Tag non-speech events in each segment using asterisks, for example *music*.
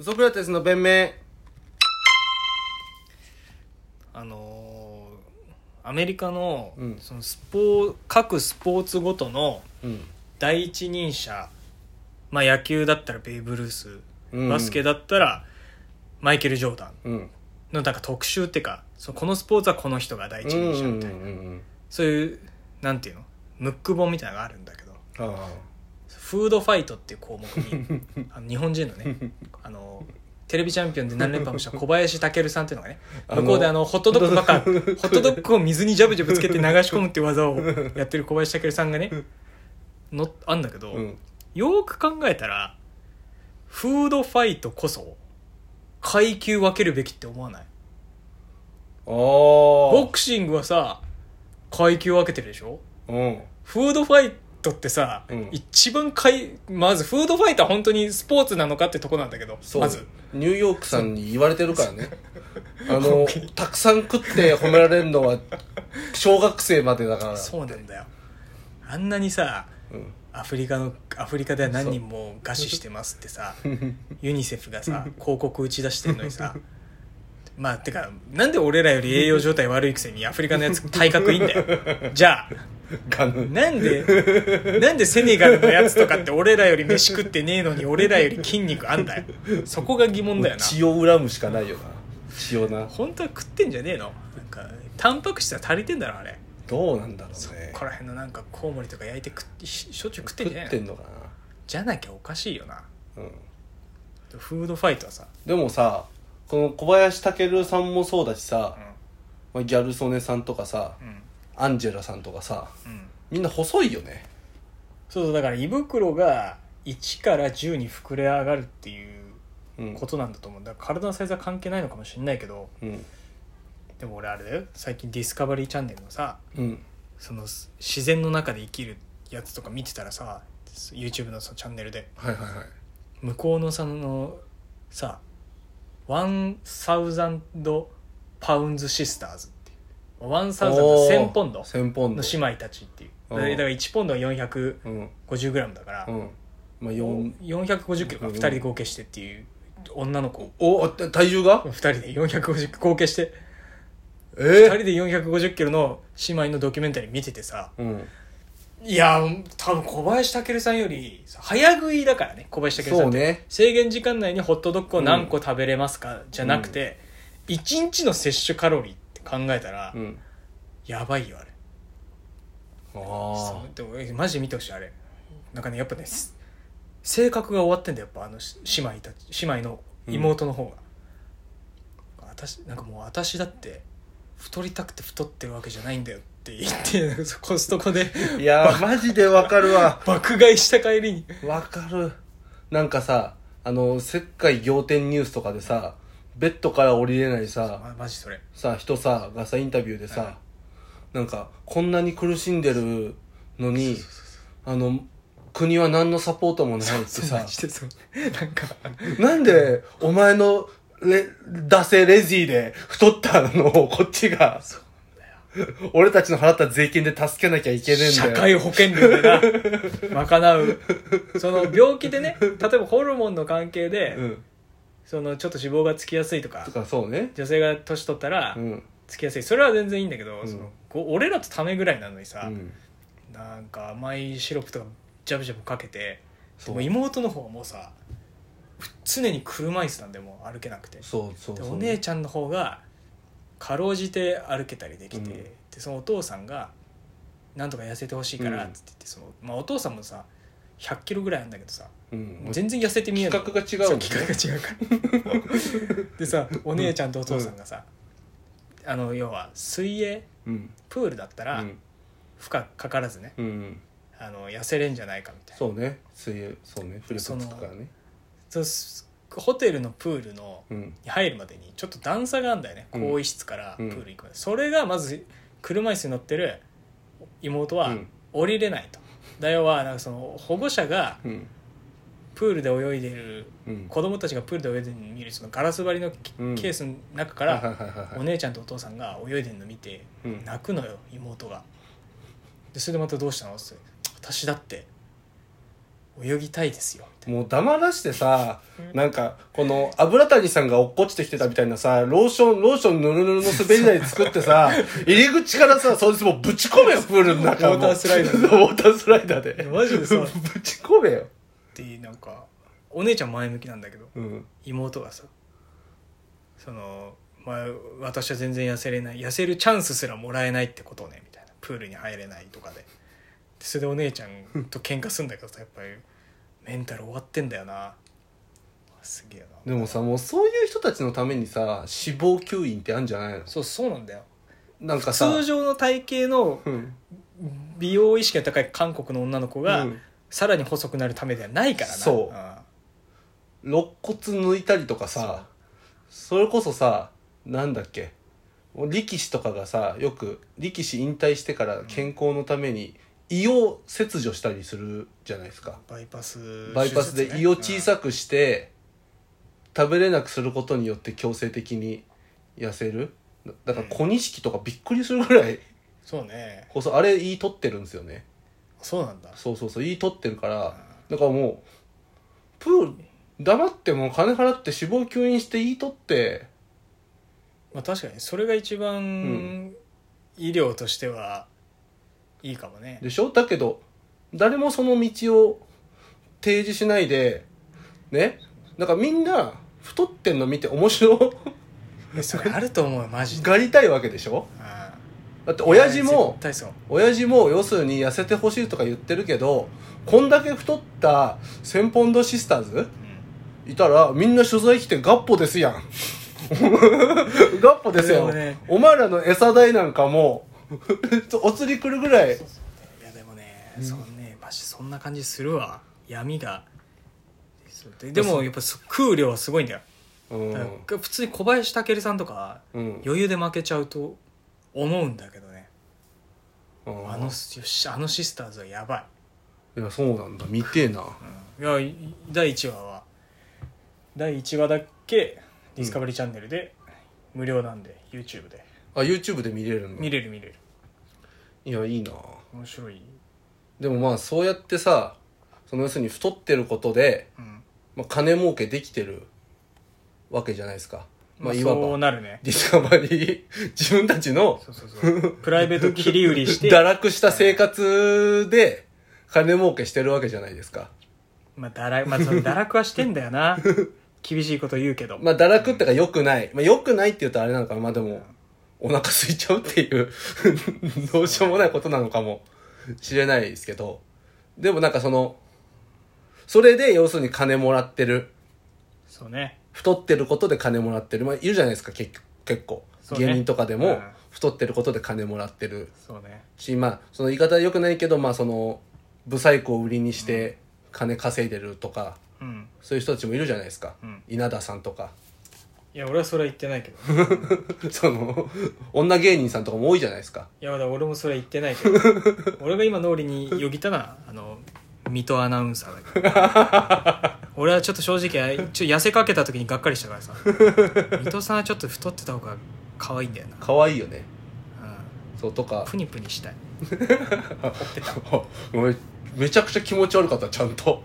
ソクラテスの弁明あのーアメリカの,、うんそのスポー各スポーツごとのうん第一人者、まあ、野球だったらベーブ・ルースうんバスケだったらマイケル・ジョーダンうんのなんか特集っていうかそのこのスポーツはこの人が第一うんう人者みんたいな、うんそういうなんていうのムック本みたいなのがあるんだけどうんあフードファイトっていう項目にあの日本人のねあのテレビチャンピオンで何連覇もした小林武さんっていうのがねあの向こうであのホットドッグばっかホットドッグを水にジャブジャブつけて流し込むっていう技をやってる小林武さんがねのあんだけど、あうんよーく考えたらフードファイトこそ階級分けるべきって思わないあボークシングはさ階級分けてるでしょうんフードファイトってさ、うん一番かいまずフードファイトは本当にスポーツなのかってとこなんだけどそうまずニューヨークさんに言われてるからね *laughs* あのたくさん食って褒められるのは小学生までだからそうなんだよあんなにさうんアフリカのアフリカでは何人も餓死してますっ *laughs* てさユニセフがさ広告打ち出してんのにさまあてかなんで俺らより栄養状態悪いくせにアフリカのやつ体格いいん *laughs* だよじゃあガヌなんで、なんでセネガルのやつとかって俺らより飯食ってねえのに俺らより筋肉あんだよ。そこが疑問だよな。血を恨むしかないよな血をな本当は食ってんじゃねえのなんか、タンパク質は足りてんだろ、あれ。どうなんだろそうねこら辺のなんかコウモリとか焼いて食って、ししょっちゅう食ってん食じゃっねえてのんのかじゃなきゃおかしいよな。なうんフードファイトはさ、でもさこの小林武さんもそうだしさうん、まあギャル曽根さんとかさうん、アンジェラさんとかさうん。みんな細いよねそうそう、だから胃袋が1から10に膨れ上がるっていううんことなんだと思う。だから体のサイズは関係ないのかもしれないけど、うんでも俺あれだよ、最近ディスカバリーチャンネルのさ、うんそのす自然の中で生きるやつとか見てたらさ YouTube のそのチャンネルではいはいはい向こうのさあのさ1000パウンズシスターズっていう1000おー1000ポンド1000ポンドの姉妹たちっていうおだーからだから1ポンドは 450g うんだから、うんまあ4 4 450キロかうん2人で合計してっていう女の子おあ体重が2人で450合計してえ2ー人で450キロの姉妹のドキュメンタリー見ててさうんいや多分小林武さんより早食いだからね小林武さんってそうね制限時間内にホットドッグを何個食べれますか、じゃなくて、1日の摂取カロリーって考えたら、うんやばいよあれあそあうでもえマジで見てほしいあれなんかねやっぱねす性格が終わってんだよやっぱあのし姉妹たち姉妹の妹の方が、私なんかもう私だって太りたくて太ってるわけじゃないんだよって言って *laughs* なんかそうコストコでいやーマジでわかるわ爆買いした帰りにわかるなんかさあの石灰仰天ニュースとかでさベッドから降りれないさまマジそれさ人さがさインタビューでさ、なんかこんなに苦しんでるのにあの国は何のサポートもないってそうさしてそう *laughs* なんかなんでお前のレ出せレジで太ったの *laughs* をこっちがそう俺たちの払った税金で助けなきゃいけねえんだよ社会保険料でな賄うその病気で *laughs* ね例えばホルモンの関係で、うんそのちょっと脂肪がつきやすいとかとかそうね女性が年取ったらうんつきやすいそれは全然いいんだけど、うんそのこう俺らとためぐらいなのにうさ、んなんか甘いシロップとかジャブジャブかけてそでうも妹の方はもうさ常に車椅子なんでもう歩けなくてそうそうでそうお姉ちゃんの方がかろうじて歩けたりできて、うんでそのお父さんが「なんとか痩せてほしいから」うっんつって言ってその、まあ、お父さんもさ1 0 0キロぐらいあるんだけどさうん全然痩せて見えない企画が違うもんねそう企画が違うから *laughs* でさお姉ちゃんとお父さんがさ、あの要は水泳うんプールだったらうん負荷かからずね、うんあの痩せれんじゃないかみたいなそうね水泳そうねフレップつくからねそうすホテルのプールのうんに入るまでにちょっと段差があるんだよねうん更衣室からプール行くまで、それがまず車椅子に乗ってる妹うはん降りれないと、だよはなんかその保護者がうんプールで泳いでるうん子供たちがプールで泳いでるのを見るそのガラス張りのケうんケースの中かはいらはいはいはいお姉ちゃんとお父さんが泳いでるの見てうん泣くのよ妹がでそれでまた「どうしたの?」って言って私だって泳ぎたいですよみたいもう黙らしてさ、なんか、この、油谷さんが落っこちてきてたみたいなさ、ローション、ローションぬるぬるの滑り台作って *laughs* さ、入り口からさ、そいつもうぶち込めよ、プールの中ウォータースライダーで。 *laughs* ウォータースライダーでな。マジでさっぶち込めよ。てなんかお姉ちゃん前向きなんだけどうん。妹がさその、まあ、私は全然痩せれない痩せるチャンスすらもらえないってことねみたいなプールに入れないとかでそれでお姉ちゃんと喧嘩するんだけ *laughs* どさやっぱりメンタル終わってんだよなすげえなでもさ、もうそういう人たちのためにさ、死亡吸引ってあるんじゃないのそうそうなんだよなんかさ、通常の体型のうん。美容意識が高い韓国の女の子が、うんさらに細くなるためではないからなそうん肋骨抜いたりとかさそれこそさなんだっけ力士とかがさよく力士引退してから健康のために胃を切除したりするじゃないですかバイパスバイパス手術でね胃を小さくして食べれなくすることによって強制的に痩せるだだから小錦とかびっくりするぐらいうんそうねこそあれ胃取ってるんですよねそうなんだそうそうそう胃取ってるからだからもうプール黙ってもう金払って死亡吸引して胃取ってまあ、確かにそれが一番、ん医療としてはいいかもねでしょだけど誰もその道を提示しないでねだからみんな太ってんの見て面白えそれあると思うよマジでがりたいわけでしょだって親父も絶対そう親父も要するに痩せてほしいとか言ってるけどこんだけ太った1000ポンドシスターズうんいたらみんな取材来てガッポですやん *laughs* ガッポですでよ、もねお前らの餌代なんかもうお釣り来るぐらいいやでもね、そんねマジそんな感じするわ闇がそうででもやっぱそ食う量はすごいんだよ、うんだから普通に小林武さんとかうん余裕で負けちゃうと思うんだけどね、あのよしあのシスターズはやばいいやそうなんだ見てえないやい第1話は第1話だけディスカバリーチャンネルで、無料なんで YouTube であ YouTube で見れるんだ見れる見れるいやいいな面白い、でもまあそうやってさその要するに太ってることで、うんまあ、金儲けできてるわけじゃないですかままああ、いわそうばなる *laughs* ねディスカバリー *laughs* 自分たちのそうそうそうプライベート切り売りして、堕落した生活で金儲けしてるわけじゃないですかまあ、だらまあその堕落はしてんだ *laughs* よな厳しいこと言うけど、まあ堕落ってか良くない、まあ、良くないって言うとあれなのかなまあでもお腹空いちゃうっていう *laughs* どうしようもないことなのかもしれないですけどでもなんかそのそれで要するに金もらってるそうね太ってることで金もらってる、まあ、いるじゃないですか結結構、そうね芸人とかでうんも太ってることで金もらってるそうねしまあその言い方は良くないけどまあそのブサイクを売りにして金稼いでるとか、うんそういう人たちもいるじゃないですか、うん稲田さんとか *laughs* いや俺はそれは言ってないけどその女芸人さんとかも多いじゃないですかいやまだ俺もそれは言ってないけど *laughs* 俺が今脳裏によぎったのはあの水戸アナウンサーだけど *laughs* 俺はちょっと正直ちょっと痩せかけた時にがっかりしたからさ水戸さんはちょっと太ってた方が可愛いんだよな、可愛いよねうそうとか *laughs* ん、プニプニしたいごめんめちゃくちゃ気持ち悪かったちゃんと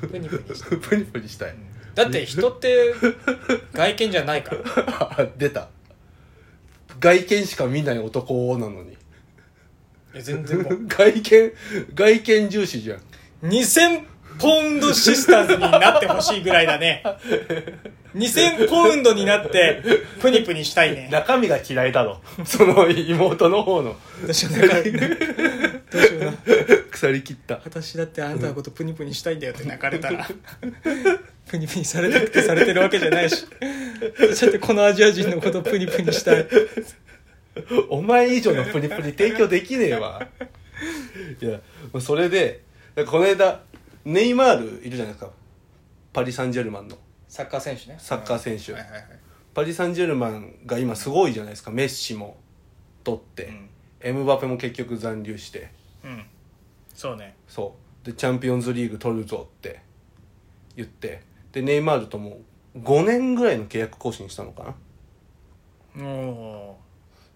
*laughs* プニプニしたいプニプニしたい *laughs* だって人って外見じゃないからあ出た外見しか見ない男なのにいや全然もう外見外見重視じゃん2000ポンドシスターズになってほしいぐらいだね2000ポンドになってプニプニしたいね中身が嫌いだろ *laughs* その妹の方の *laughs* どうしようなどうしような腐り切った私だってあなたのことプニプニしたいんだよって泣かれたら *laughs* プニプニされなくてされてるわけじゃないし私だってこのアジア人のことプニプニしたい *laughs* お前以上のプニプニ提供できねえわいやもうそれでこの間ネイマールいるじゃないですかパリ・サンジェルマンのサッカー選手ねサッカー選手はいはいはいパリ・サンジェルマンが今すごいじゃないですかメッシも取って、うんエムバペも結局残留してうんそうねそうでチャンピオンズリーグ取るぞって言ってでネイマールとも5年ぐらいの契約更新したのかなも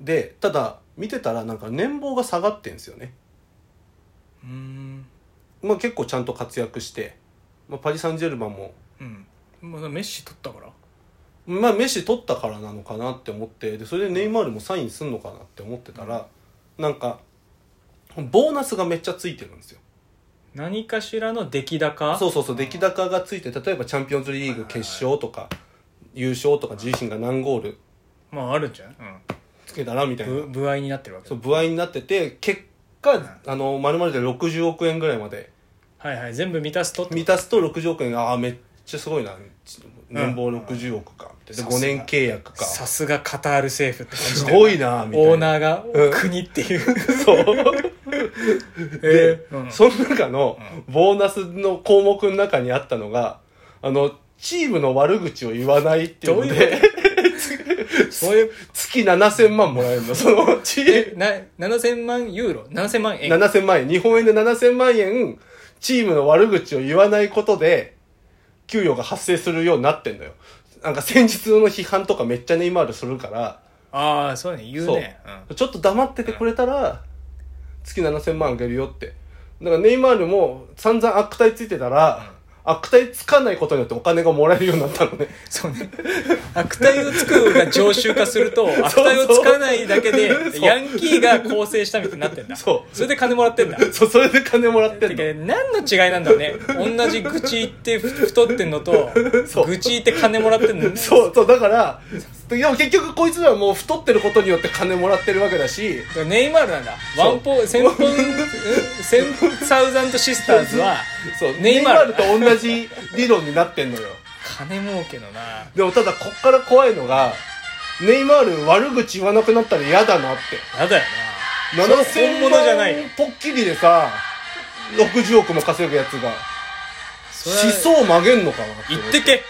でただ見てたらなんか年俸が下がってんすよねううーんまあ、結構ちゃんと活躍して、まあ、パリ・サンジェルマンも、うん、まあ、メッシ取ったからまあ、メッシ取ったからなのかなって思ってでそれでネイマールもサインすんのかなって思ってたら、なんかボーナスがめっちゃついてるんですよ何かしらの出来高そうそうそう出来高がついて例えばチャンピオンズリーグ決勝とか優勝とか自身が何ゴールまああるんじゃない、つけたらみたいうなん、ぶ歩合になってるわけだそう歩合になってて結果あの丸々で60億円ぐらいまではいはい全部満たすとって満たすと60億円がああめっちゃすごいな年俸60億かみたいなで5年契約かさすがカタール政府って感じすだよごいなみたいなオーナーがうん国っ *laughs* ていう、そうえーうんその中のボーナスの項目の中にあったのがあのチームの悪口を言わないっていうのどういでそういう月7000万もらえるのそのチームえな7000万ユーロ7000万円7000万円日本円で7000万円チームの悪口を言わないことで給与が発生するようになってんだよなんか先日の批判とかめっちゃネイマールするからああそうね言うねう、ちょっと黙っててくれたら月7000万あげるよってだからネイマールも散々悪態ついてたら、悪態つかないことによってお金がもらえるようになったの *laughs* ねん、そうね悪態をつくが常習化する *laughs* と悪態をつかないだけでそうヤンキーが構成したみたいになってんだそうそれで金もらってんだそうそれで金もらってんのてか何の違いなんだろうね同じ愚痴言ってふ太ってんのとそう愚痴言って金もらってんのそうそうだからでも結局こいつらはもう太ってることによって金もらってるわけだしネイマールなんだそうワンポセンポンセンサウザンドシスターズはそうネイネイママーールルと同じ理論になってんのよ金儲けのなでもただこっから怖いのがネイマール悪口言わなくなったら嫌だなってやだよな7000本物じゃないよ万ポッキリでさ60億も稼ぐやつがそれは思想曲げんのかな言ってけ